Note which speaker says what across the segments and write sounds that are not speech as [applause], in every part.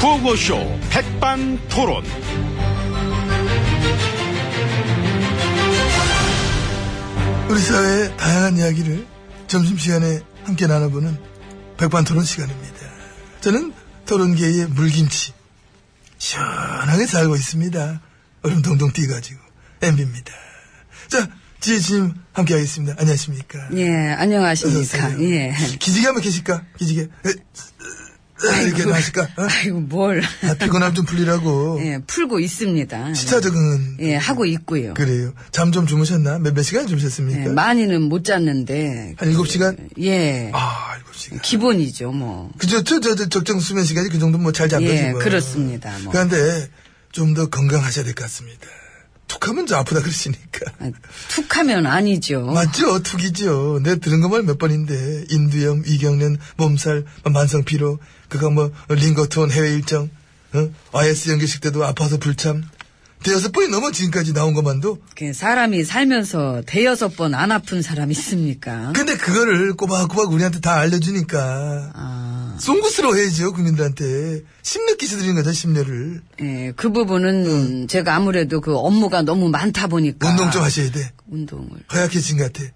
Speaker 1: 구호쇼 백반 토론.
Speaker 2: 우리 사회의 다양한 이야기를 점심시간에 함께 나눠보는 백반토론 시간입니다. 저는 토론계의 물김치 시원하게 살고 있습니다. 얼음 동동 뛰가지고 MB입니다. 자 지혜진님 함께하겠습니다. 안녕하십니까?
Speaker 3: 예,
Speaker 2: 어서
Speaker 3: 안녕하십니까.
Speaker 2: 오세요.
Speaker 3: 예.
Speaker 2: 기지개 한번 계실까? 기지개 에, 이렇게 나실까? 어?
Speaker 3: 아이고, 뭘.
Speaker 2: 아, 피곤함 좀 풀리라고
Speaker 3: 예, 풀고 있습니다.
Speaker 2: 시차 적응은
Speaker 3: 예, 하고 있고요.
Speaker 2: 그래요. 잠 좀 주무셨나? 몇, 몇 시간 주무셨습니까?
Speaker 3: 예, 많이는 못 잤는데.
Speaker 2: 한 7시간?
Speaker 3: 예.
Speaker 2: 아 7시간
Speaker 3: 기본이죠, 뭐.
Speaker 2: 그죠? 저, 저, 저 적정 수면 시간이 그 정도 뭐 잘 잠거지
Speaker 3: 예,
Speaker 2: 뭐.
Speaker 3: 그렇습니다. 뭐.
Speaker 2: 그런데 좀 더 건강하셔야 될 것 같습니다. 툭하면 저 아프다 그러시니까.
Speaker 3: 아, 툭 하면 아니죠.
Speaker 2: 맞죠? 툭이죠. 내가 들은 거 말 몇 번인데 인두염, 이경련, 몸살, 뭐 만성 피로, 그거 뭐 링거톤 해외 일정, 어? IS 연기식 때도 아파서 불참. 대여섯 번이 넘어 지금까지 나온 것만도.
Speaker 3: 그 사람이 살면서 대여섯 번 안 아픈 사람 있습니까?
Speaker 2: 근데 그거를 꼬박꼬박 우리한테 다 알려주니까
Speaker 3: 아,
Speaker 2: 송구스러워해야죠 국민들한테 심려 끼쳐드리는 거죠 심려를.
Speaker 3: 예, 그 부분은 제가 아무래도 그 업무가 너무 많다 보니까.
Speaker 2: 운동 좀 하셔야 돼.
Speaker 3: 운동을.
Speaker 2: 허약해진 것 같아.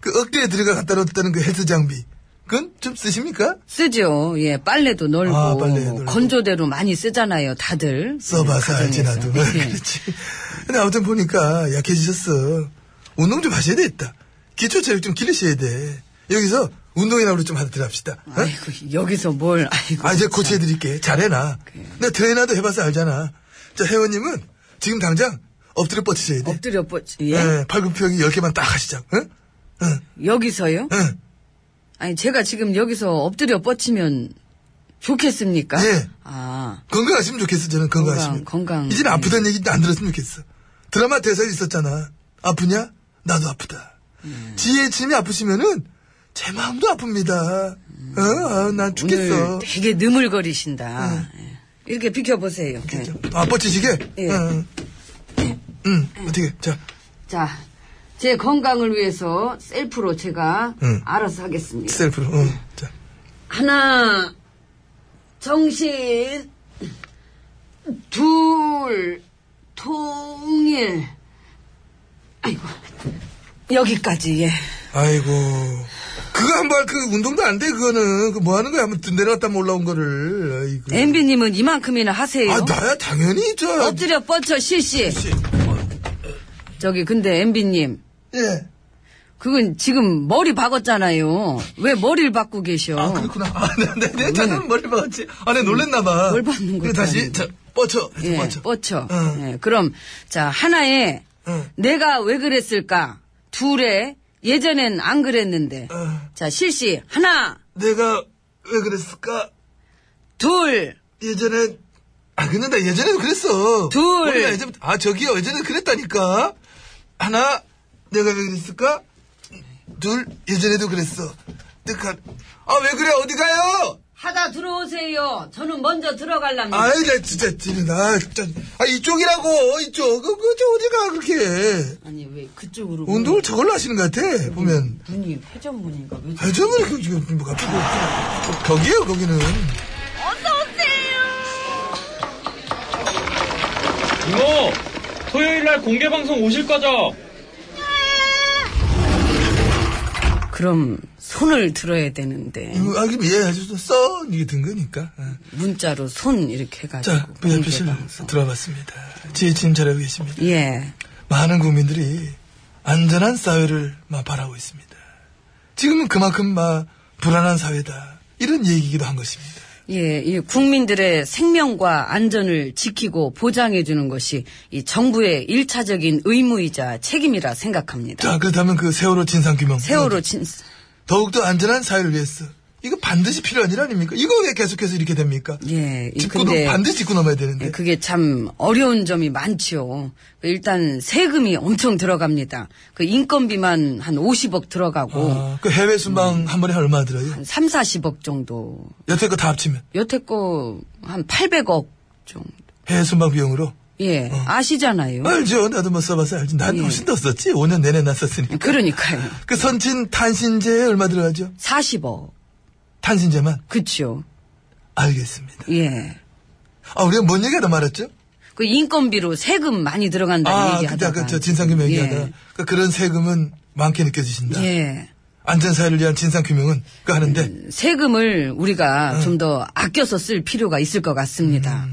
Speaker 2: 그 억대에 들어가 갖다 놓았다는 그 헬스 장비. 그건 좀 쓰십니까?
Speaker 3: 쓰죠. 예, 빨래도 널고
Speaker 2: 아, 빨래
Speaker 3: 뭐
Speaker 2: 널고.
Speaker 3: 건조대로 많이 쓰잖아요, 다들.
Speaker 2: 써봐서 알지,
Speaker 3: 가정에서.
Speaker 2: 나도. [laughs]
Speaker 3: 예.
Speaker 2: 그렇지. 근데 아무튼 보니까 약해지셨어. 운동 좀 하셔야 되겠다. 기초 체력 좀 길리셔야 돼. 여기서 운동이나 우리 좀 하도록 합시다. 어?
Speaker 3: 아이고, 여기서 뭘, 아이고.
Speaker 2: 아, 이제
Speaker 3: 제
Speaker 2: 고치해드릴게. 잘해놔. 내가 트레이너도 해봐서 알잖아. 자, 회원님은 지금 당장 엎드려 뻗치셔야 돼.
Speaker 3: 엎드려 뻗지, 예?
Speaker 2: 예, 팔굽혀펴기 10개만 딱 하시자. 응? 응,
Speaker 3: 여기서요?
Speaker 2: 응.
Speaker 3: 아니, 제가 지금 여기서 엎드려 뻗치면 좋겠습니까?
Speaker 2: 예.
Speaker 3: 아,
Speaker 2: 건강하시면 좋겠어, 저는 건강하시면.
Speaker 3: 건강, 건강.
Speaker 2: 이젠
Speaker 3: 네.
Speaker 2: 아프다는 얘기 안 들었으면 좋겠어. 드라마 대사 있었잖아. 아프냐? 나도 아프다.
Speaker 3: 네.
Speaker 2: 지혜진이 아프시면은, 제 마음도 아픕니다. 어, 아, 난 죽겠어.
Speaker 3: 음. 오늘 되게 느물거리신다. 예. 이렇게 비켜보세요. 예.
Speaker 2: 아, 뻗치시게?
Speaker 3: 예.
Speaker 2: 응. 응, 어떻게, 자.
Speaker 3: 자, 제 건강을 위해서 셀프로 제가
Speaker 2: 응.
Speaker 3: 알아서 하겠습니다.
Speaker 2: 셀프로, 응. 자.
Speaker 3: 하나, 정신, 둘, 통일. 아이고, 여기까지, 예.
Speaker 2: 아이고. 그거 한 발, 그 운동도 안 돼, 그거는. 그 뭐 하는 거야? 한번 내려갔다 한번 올라온 거를. 아이고.
Speaker 3: 엠비님은 이만큼이나 하세요.
Speaker 2: 아, 나야, 당연히, 저.
Speaker 3: 엎드려 뻗쳐, 실시. 저기, 근데 엠비님.
Speaker 2: 예.
Speaker 3: 그건 지금 머리 박았잖아요. 왜 머리를 박고 계셔?
Speaker 2: 아, 그렇구나. 아, 네, 네, 네. 잠깐 머리 박았지. 아, 네, 놀랬나봐.
Speaker 3: 뭘 박는
Speaker 2: 그래,
Speaker 3: 것도
Speaker 2: 다시,
Speaker 3: 아니고.
Speaker 2: 자, 뻗쳐. 해서
Speaker 3: 예,
Speaker 2: 뻗쳐. 어.
Speaker 3: 뻗쳐.
Speaker 2: 응.
Speaker 3: 예, 그럼, 자, 하나에,
Speaker 2: 응.
Speaker 3: 내가 왜 그랬을까? 둘에, 예전엔 안 그랬는데.
Speaker 2: 어.
Speaker 3: 자, 실시. 하나,
Speaker 2: 내가 왜 그랬을까?
Speaker 3: 둘,
Speaker 2: 예전엔, 아, 근데 나 예전에도 그랬어.
Speaker 3: 둘.
Speaker 2: 머리가 예전, 아, 저기요. 예전에 그랬다니까. 하나, 내가 왜 그랬을까? 둘, 예전에도 그랬어. 내가, 아, 왜 그래? 어디 가요?
Speaker 3: 하다 들어오세요. 저는 먼저 들어갈랍니다.
Speaker 2: 아이, 나 진짜, 진짜, 나 진짜. 아, 이쪽이라고. 이쪽. 그, 그, 저, 어디 가, 그렇게.
Speaker 3: 아니, 왜 그쪽으로.
Speaker 2: 운동을 저걸로 하시는 것 같아, 보면.
Speaker 3: 문이, 회전문인가? 왜
Speaker 2: 아, 저는 그, 지금, 뭐, 갑자기, 그, 벽이에요, 거기는.
Speaker 4: 이모, 토요일 날 공개 방송 오실 거죠?
Speaker 3: 그럼, 손을 들어야 되는데.
Speaker 2: 이거, 아, 그럼 예, 아주 써, 이게 든 거니까. 아.
Speaker 3: 문자로 손 이렇게 해가지고.
Speaker 2: 자, 그 VIP실
Speaker 3: 공개방송.
Speaker 2: 들어봤습니다. 지혜진 잘하고 계십니다.
Speaker 3: 예.
Speaker 2: 많은 국민들이 안전한 사회를 막 바라고 있습니다. 지금은 그만큼 막 불안한 사회다. 이런 얘기기도 한 것입니다.
Speaker 3: 예, 이 국민들의 생명과 안전을 지키고 보장해주는 것이 이 정부의 일차적인 의무이자 책임이라 생각합니다.
Speaker 2: 자, 네. 그렇다면 그 세월호 진상규명.
Speaker 3: 세월호 진,
Speaker 2: 더욱더 안전한 사회를 위해서. 이거 반드시 필요한 일 아닙니까? 이거 왜 계속해서 이렇게 됩니까?
Speaker 3: 예, 이
Speaker 2: 짚고,
Speaker 3: 근데-
Speaker 2: 반드시 짚고 넘어야 되는데.
Speaker 3: 예, 그게 참 어려운 점이 많지요. 그 일단 세금이 엄청 들어갑니다. 그 인건비만 한 50억 들어가고
Speaker 2: 아, 그 해외 순방 한 번에 얼마 들어요?
Speaker 3: 한 3, 40억 정도.
Speaker 2: 여태껏 다 합치면
Speaker 3: 여태껏 한 800억 정도.
Speaker 2: 해외 순방 비용으로
Speaker 3: 예, 아시잖아요.
Speaker 2: 알죠. 나도 뭐 써봐서 알지. 난
Speaker 3: 예.
Speaker 2: 훨씬 더 썼지. 5년 내내 나 썼으니까.
Speaker 3: 그러니까요.
Speaker 2: 그 선친 탄신제에 얼마 들어가죠?
Speaker 3: 40억.
Speaker 2: 탄신제만.
Speaker 3: 그쵸.
Speaker 2: 알겠습니다.
Speaker 3: 예.
Speaker 2: 아, 우리가 뭔 얘기하다 말았죠?
Speaker 3: 그 인건비로 세금 많이 들어간다는
Speaker 2: 아, 그때
Speaker 3: 얘기하다가.
Speaker 2: 아까 저 진상규명 얘기하다.
Speaker 3: 예.
Speaker 2: 그 그런 세금은 많게 느껴지신다.
Speaker 3: 예. 음.
Speaker 2: 안전사회를 위한 진상규명은 그 하는데
Speaker 3: 세금을 우리가 좀 더 아껴서 쓸 필요가 있을 것 같습니다.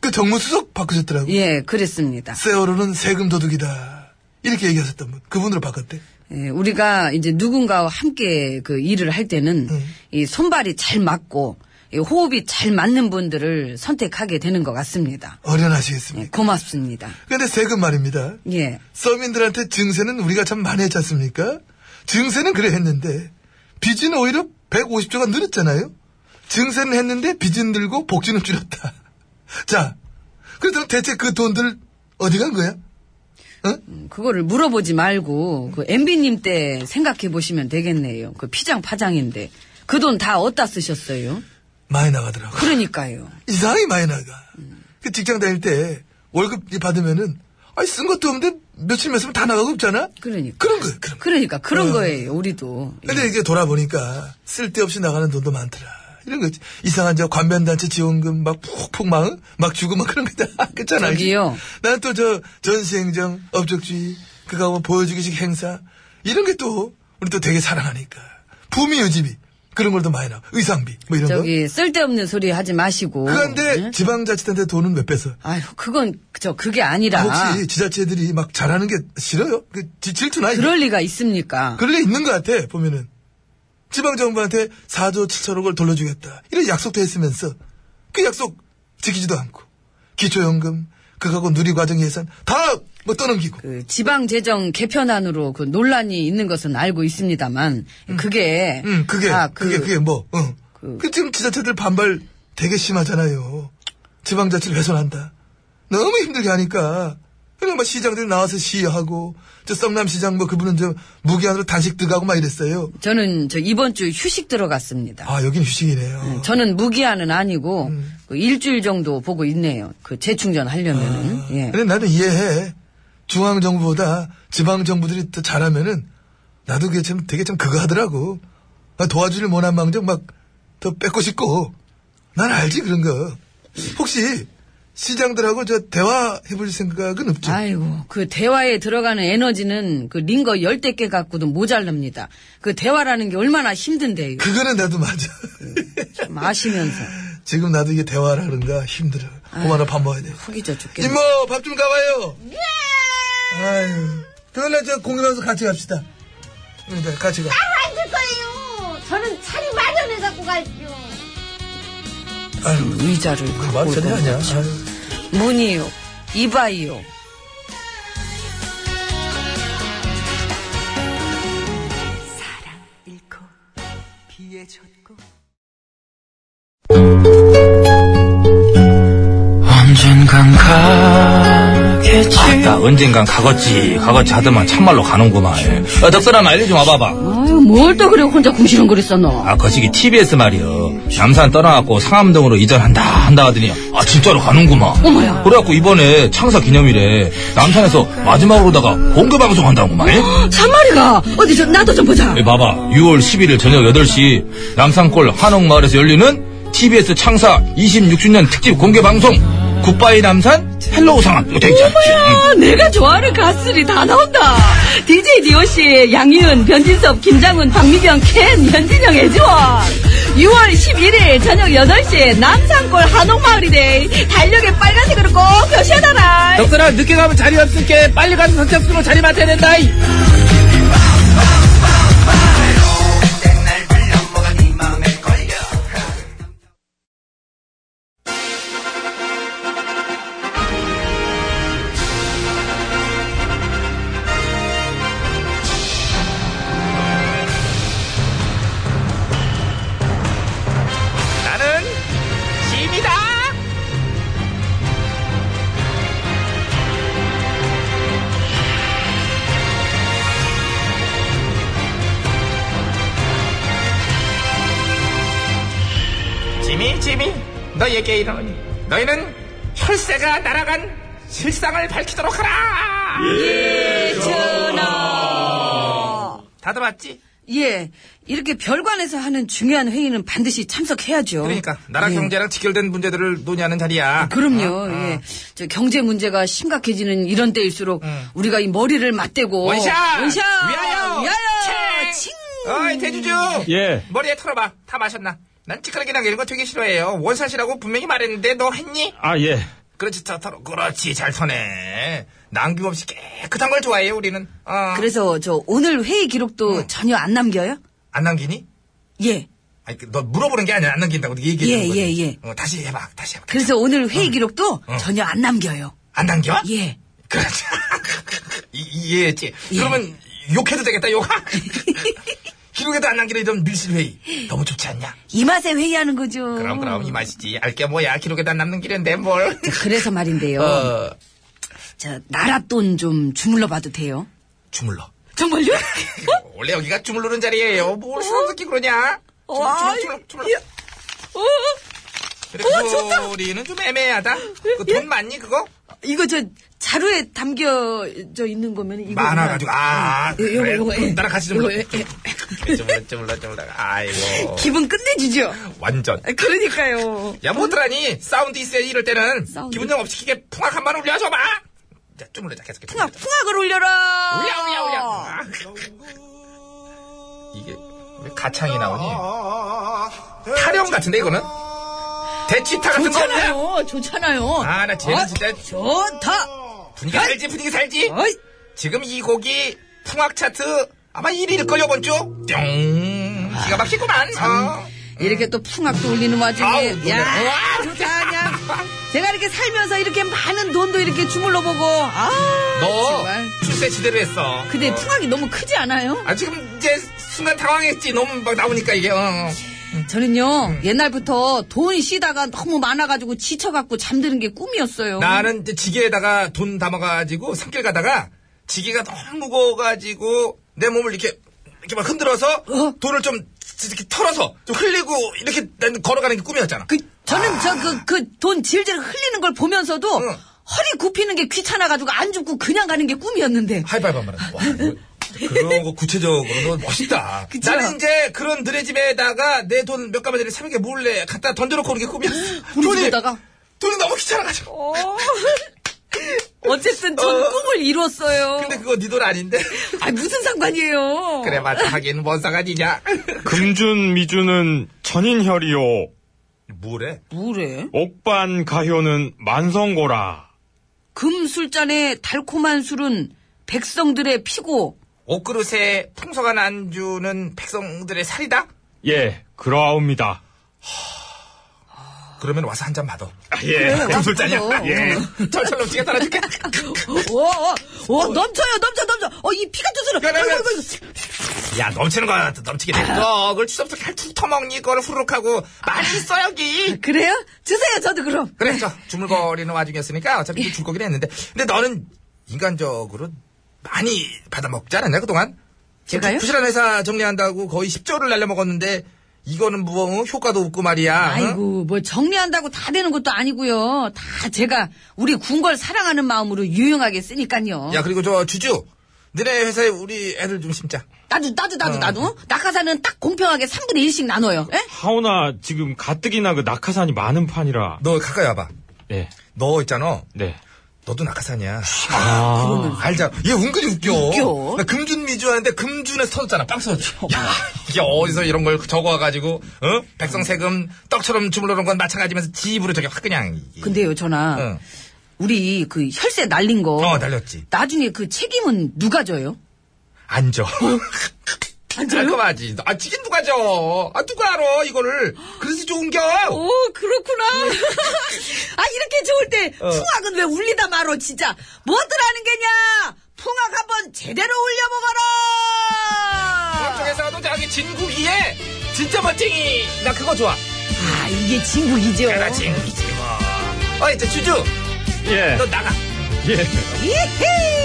Speaker 2: 그 정무수석 바꾸셨더라고. 요
Speaker 3: 예, 그랬습니다.
Speaker 2: 세월호는 세금 도둑이다. 이렇게 얘기하셨던 분. 그분으로 바꿨대.
Speaker 3: 예, 우리가 이제 누군가와 함께 그 일을 할 때는 이 손발이 잘 맞고 이 호흡이 잘 맞는 분들을 선택하게 되는 것 같습니다. 예,
Speaker 2: 어련하시겠습니까?
Speaker 3: 고맙습니다.
Speaker 2: 근데 세금 말입니다.
Speaker 3: 예.
Speaker 2: 서민들한테 증세는 우리가 참 많이 했지 않습니까? 증세는 그래 했는데 빚은 오히려 150조가 늘었잖아요. 증세는 했는데 빚은 늘고 복지는 줄였다. [laughs] 자, 그렇다면 대체 그 돈들 어디 간 거야? 어? 응?
Speaker 3: 그거를 물어보지 말고 그 MB님 때 생각해 보시면 되겠네요. 그 피장파장인데 그 돈 다 어디다 쓰셨어요?
Speaker 2: 많이 나가더라고.
Speaker 3: 그러니까요.
Speaker 2: 이상하게 많이 나가. 그 직장 다닐 때 월급 받으면은 아니 쓴 것도 없는데 며칠 몇 쓰면 다 나가고 없잖아.
Speaker 3: 그러니까.
Speaker 2: 그런 거야. 그런 거.
Speaker 3: 그러니까 그런
Speaker 2: 어.
Speaker 3: 거예요. 우리도. 예.
Speaker 2: 근데 이게 돌아보니까 쓸데없이 나가는 돈도 많더라. 이런 거지. 이상한 저 관변단체 지원금 막 푹푹 막, 응? 막 주고 막 그런 거다. [laughs] 그잖아.
Speaker 3: 저기요.
Speaker 2: 나는 또 저 전시행정, 업적주의, 그거 뭐 보여주기식 행사. 이런 게 또, 우리 또 되게 사랑하니까. 부미 유지비. 그런 걸 더 많이 나와. 의상비. 뭐 이런 거.
Speaker 3: 저기 쓸데없는 소리 하지 마시고.
Speaker 2: 그런데
Speaker 3: 예?
Speaker 2: 지방자치단체 돈은 몇 뺏어?
Speaker 3: 아유, 그건 저 그게 아니라.
Speaker 2: 혹시 지자체들이 막 잘하는 게 싫어요? 그 지- 질투나? 이게?
Speaker 3: 그럴 리가 있습니까?
Speaker 2: 그럴 리 있는 것 같아, 보면은. 지방정부한테 4조 7천억을 돌려주겠다. 이런 약속도 했으면서, 그 약속 지키지도 않고, 기초연금, 그거하고 누리과정 예산, 다 뭐 떠넘기고.
Speaker 3: 그 지방 재정 개편안으로 그 논란이 있는 것은 알고 있습니다만 그게
Speaker 2: 응, 음. 그게,
Speaker 3: 다
Speaker 2: 그, 게 그게 뭐, 응.
Speaker 3: 그-
Speaker 2: 그, 지금 지자체들 반발 되게 심하잖아요. 지방자치를 훼손한다. 너무 힘들게 하니까. 그냥 막 시장들 나와서 시위하고, 저 썸남시장 뭐 그분은 저 무기한으로 단식 들어가고 막 이랬어요.
Speaker 3: 저는 저 이번 주 휴식 들어갔습니다.
Speaker 2: 아, 여긴 휴식이네요.
Speaker 3: 저는 무기한은 아니고
Speaker 2: 음.
Speaker 3: 그 일주일 정도 보고 있네요. 그 재충전 하려면은 예.
Speaker 2: 아, 그래, 나도 이해해. 중앙정부보다 지방정부들이 더 잘하면은, 나도 그게 참, 되게 참 그거 하더라고. 아, 도와주질 못한 망정 막, 더 뺏고 싶고. 난 알지, 그런 거. 혹시, 시장들하고 저, 대화해볼 생각은 없죠?
Speaker 3: 아이고 그 대화에 들어가는 에너지는 그 링거 열댓 개 갖고도 모자랍니다. 그 대화라는 게 얼마나 힘든데요.
Speaker 2: 그거는 나도 맞아.
Speaker 3: 음. 좀 아시면서
Speaker 2: [laughs] 지금 나도 이게 대화를 하는가 힘들어. 고마워, 밥 먹어야 돼.
Speaker 3: 속이 져 죽겠네.
Speaker 2: 이모, 밥 좀 가봐요! 아유. 그날 저, 공연하면서 같이 갑시다. 네, 같이 가.
Speaker 5: 안줄 거예요. 저는 차리 마련해 갖고 갈게요.
Speaker 2: 아유,
Speaker 3: 의자를
Speaker 2: 그
Speaker 3: 갖고
Speaker 2: 말 전혀
Speaker 3: 올것
Speaker 2: 아니야.
Speaker 3: 같죠.
Speaker 2: 아유.
Speaker 3: 문이요, 이바이요.
Speaker 6: 언젠간 가겠지
Speaker 7: 나 언젠간 가겠지 가겠지 하더만 참말로 가는구만 어, 덕선아 알려 좀 와봐봐
Speaker 3: 아유, 뭘 또 그래 혼자 궁시렁거렸어 너.
Speaker 7: 아 거시기 TBS 말이여 남산 떠나갖고 상암동으로 이전한다 한다 하더니 아 진짜로 가는구만
Speaker 3: 어머야.
Speaker 7: 그래갖고 이번에 창사 기념일에 남산에서 마지막으로다가 공개 방송한다구만
Speaker 3: 참말이가 어디 좀 나도 좀 보자.
Speaker 7: 예, 봐봐 6월 11일 저녁 8시 남산골 한옥마을에서 열리는 TBS 창사 26주년 특집 공개 방송 굿바이 남산 헬로우 상암 이거 되있잖아
Speaker 2: 음.
Speaker 8: 아, 내가 좋아하는 가수들이 다 나온다. DJ 디오씨, 양희은, 변진섭, 김장훈, 박미경, 켄, 현진영, 애지원. 6월 11일 저녁 8시 남산골 한옥마을이데이 달력에 빨간색으로 꼭 표시해놔라.
Speaker 7: 덕선아 늦게 가면 자리 없을게 빨리 가서 선착순으로 자리 맡아야 된다 이.
Speaker 1: 나는 짐이다.
Speaker 9: 지미 지미 너에게 이르노니 너희는 혈세가 날아간
Speaker 2: 실상을 밝히도록 하라! 다들 왔지?
Speaker 3: 예, 이렇게 별관에서 하는 중요한 회의는 반드시 참석해야죠.
Speaker 2: 그러니까 나라
Speaker 3: 예.
Speaker 2: 경제랑 직결된 문제들을 논의하는 자리야. 어,
Speaker 3: 그럼요. 예. 저 경제 문제가 심각해지는 이런 때일수록 우리가 이 머리를 맞대고
Speaker 2: 음. 원샷!
Speaker 3: 원샷!
Speaker 2: 위하여!
Speaker 3: 위하여!
Speaker 2: 칭!
Speaker 3: 칭!
Speaker 2: 어이 대주주
Speaker 1: 예.
Speaker 2: 머리에 털어봐 다 마셨나 난 찌끄러기 당기는 거 되게 싫어해요 원샷이라고 분명히 말했는데 너 했니?
Speaker 1: 아, 예.
Speaker 2: 그렇지 다 털어 그렇지 잘 터네 남김없이 깨끗한 걸 좋아해요 우리는 어.
Speaker 3: 그래서 저 오늘 회의 기록도
Speaker 2: 음.
Speaker 3: 전혀 안 남겨요?
Speaker 2: 안 남기니?
Speaker 3: 예.
Speaker 2: 아니 그너 물어보는 게 아니라 안 남긴다고 얘기해
Speaker 3: 예,
Speaker 2: 주는 거지
Speaker 3: 예, 예.
Speaker 2: 어, 다시 해봐 다시 해봐
Speaker 3: 그래서 오늘 회의
Speaker 2: 음.
Speaker 3: 기록도 전혀 안 남겨요.
Speaker 2: 안 남겨?
Speaker 3: 예.
Speaker 2: 그렇지 [laughs] 이- 이해했지 그러면 욕해도 되겠다
Speaker 3: [laughs]
Speaker 2: 욕 기록에도 안 남기는 이런 밀실회의 너무 좋지 않냐?
Speaker 3: 이 맛에 회의하는 거죠.
Speaker 2: 그럼 그럼 이 맛이지 알게 뭐야 기록에다 남는 길인데 뭘
Speaker 3: 자, 그래서 말인데요.
Speaker 2: 어,
Speaker 3: 저 나라 돈 좀 주물러 봐도 돼요?
Speaker 2: 주물러 [laughs]
Speaker 3: 정말요?
Speaker 2: 원래 여기가 주물르는 자리예요 뭘 소름 끼고 그러냐 주물러,
Speaker 3: 와,
Speaker 2: 주물러 주물러 주물러 어? 그래, 소리는 좀 애매하다 그
Speaker 3: 예?
Speaker 2: 돈 많니 그거?
Speaker 3: 이거 저 자루에 담겨져 있는 거면 이거
Speaker 2: 많아가지고 아
Speaker 3: 예, 요거,
Speaker 2: 그래
Speaker 3: 요거, 예.
Speaker 2: 나랑 같이 주물러
Speaker 3: 요거, 예,
Speaker 2: 주물러
Speaker 7: 음.
Speaker 2: 주물러 주물러 아이고
Speaker 3: 기분 끝내주죠. 아,
Speaker 2: 완전
Speaker 3: 그러니까요.
Speaker 2: 야 못하라니 사운드 있어야 이럴 때는
Speaker 3: 사운드.
Speaker 2: 기분 좀 업시키게 풍악 한 번 울려줘봐 자 주물러자 계속해
Speaker 3: 풍악
Speaker 2: 주물러자.
Speaker 3: 풍악을 울려라.
Speaker 2: 울려 울려 울려 아. 이게 왜 가창이 나오니 타령 같은데 이거는 대치타 같은 거 없냐
Speaker 3: 좋잖아요. 좋잖아요.
Speaker 2: 아나 쟤는
Speaker 3: 어,
Speaker 2: 진짜
Speaker 3: 좋다.
Speaker 2: 분위기 살지 분위기 살지
Speaker 3: 어이.
Speaker 2: 지금 이 곡이 풍악 차트 아마 1위일걸요 이번 주뿅 기가
Speaker 3: 아,
Speaker 2: 막히구만 어.
Speaker 3: 이렇게 또 풍악도 울리는 와중에
Speaker 2: 아우,
Speaker 3: 야
Speaker 2: 노래. 와.
Speaker 3: 좋다 그냥 제가 이렇게 살면서 이렇게 많은 돈도 이렇게 주물러 보고 아
Speaker 2: 너
Speaker 3: 정말
Speaker 2: 출세 지대로 했어
Speaker 3: 근데 풍악이 너무 크지 않아요?
Speaker 2: 아 지금 이제 순간 당황했지 너무 막 나오니까 이게 어.
Speaker 3: 저는요
Speaker 2: 음.
Speaker 3: 옛날부터 돈 쉬다가 너무 많아가지고 지쳐갖고 잠드는 게 꿈이었어요.
Speaker 2: 나는 이제 지게에다가 돈 담아가지고 산길 가다가 지게가 너무 무거워가지고 내 몸을 이렇게 이렇게 막 흔들어서 돈을 좀 이렇게 털어서 좀 흘리고 이렇게 난 걸어가는 게 꿈이었잖아.
Speaker 3: 그 저는 저 그 그 돈 질질 흘리는 걸 보면서도
Speaker 2: 응.
Speaker 3: 허리 굽히는 게 귀찮아가지고 안 죽고 그냥 가는 게 꿈이었는데
Speaker 2: 하이파이브 한 번. 해.
Speaker 3: [laughs]
Speaker 2: 와, 뭐, 그런 거 구체적으로 너 멋있다.
Speaker 3: 그쵸?
Speaker 2: 나는 이제 그런 느레 집에다가 내 돈 몇 가마지를 새벽에 몰래 갖다 던져놓고 오는 게
Speaker 3: [laughs]
Speaker 2: 꿈이었어.
Speaker 3: 우리 집에다가? 어.
Speaker 2: 돈이 너무 귀찮아가지고.
Speaker 3: [laughs] 어쨌든 전
Speaker 2: 어.
Speaker 3: 꿈을 이뤘어요.
Speaker 2: 근데 그거 네 돈 아닌데.
Speaker 3: 아 무슨 상관이에요?
Speaker 2: 그래 맞아 하긴 뭔 상관이냐.
Speaker 3: [laughs]
Speaker 9: 금준 미주는 전인혈이요.
Speaker 2: 뭐래?
Speaker 3: 뭐래?
Speaker 9: 옥반 가효는 만성고라.
Speaker 3: 금 술잔에 달콤한 술은 백성들의 피고
Speaker 2: 옷그릇에 풍성한 안주는 백성들의 살이다?
Speaker 9: 예, 그러하옵니다.
Speaker 2: 그러면 와서 한 잔 받아.
Speaker 9: 예.
Speaker 2: 금술잔이야.
Speaker 3: 받아.
Speaker 2: 예. [laughs] 철철 넘치게 따라줄게.
Speaker 3: 오, 오, 오, 어, 넘쳐요 넘쳐 넘쳐 어이 피가 쫓으러
Speaker 2: 그래, 그래.
Speaker 3: 아이고, 아이고, 아이고.
Speaker 2: 야, 넘치는 거야. 넘치게
Speaker 3: 아.
Speaker 2: 돼. 너, 그걸 추석부터 칼툭 터먹니? 그걸 후루룩 하고. 맛있어, 여기.
Speaker 3: 그래요? 주세요 저도 그럼
Speaker 2: 그래, 저, 주물거리는 와중이었으니까 어차피 줄 거긴 했는데. 근데 너는 인간적으로 많이 받아먹지 않았냐, 그동안?
Speaker 3: 제가요?
Speaker 2: 부실한 회사 정리한다고 거의 10조를 날려먹었는데, 이거는 뭐, 어? 효과도 없고 말이야. 응?
Speaker 3: 아이고 뭐 정리한다고 다 되는 것도 아니고요 다 제가 우리 궁궐 사랑하는 마음으로 유용하게 쓰니까요
Speaker 2: 야, 그리고 저, 주주. 너네 회사에 우리 애들 좀 심자.
Speaker 3: 나도 나도
Speaker 2: 어.
Speaker 3: 나도 나도 낙하산은 딱 공평하게 3분의 1씩 나눠요 예?
Speaker 9: 하오나 지금 가뜩이나 그 낙하산이 많은 판이라.
Speaker 2: 너 가까이 와봐.
Speaker 9: 예.
Speaker 2: 너 있잖아.
Speaker 9: 네.
Speaker 2: 너도 낙하산이야.
Speaker 9: 아.
Speaker 2: 알잖아. 얘 은근히 웃겨.
Speaker 3: 웃겨. 어.
Speaker 2: 나 금준미주 하는데 금준에 터졌잖아. 빵 터졌죠. 야, 이게 어디서 이런 걸 적어와가지고, 어? 백성 세금 떡처럼 주물러놓은 건 마찬가지면서 지입으로 저게 확 그냥. 이게.
Speaker 3: 근데요 전화
Speaker 2: 응.
Speaker 3: 우리 그 혈세 날린 거
Speaker 2: 어, 날렸지.
Speaker 3: 나중에 그 책임은 누가 져요? 어?
Speaker 2: 앉아. [laughs] 깔끔하지. 아, 지긴 누가 져. 아, 누가 알아, 이거를. 그래서 좋은 겨.
Speaker 3: 오, 그렇구나.
Speaker 2: 네.
Speaker 3: [laughs] 아, 이렇게 좋을 때,
Speaker 2: 어.
Speaker 3: 풍악은 왜 울리다 말어, 진짜. 뭐들 하는 게냐? 풍악 한번 제대로 울려먹어라!
Speaker 2: 쪽에서도 자기 진국이에 진짜 멋쟁이. 나 그거 좋아.
Speaker 3: 아, 이게 진국이죠.
Speaker 2: 그래, 진국이지 뭐. 어이, 저 주주.
Speaker 9: 예.
Speaker 2: 너 나가.
Speaker 9: 예.
Speaker 3: 이히!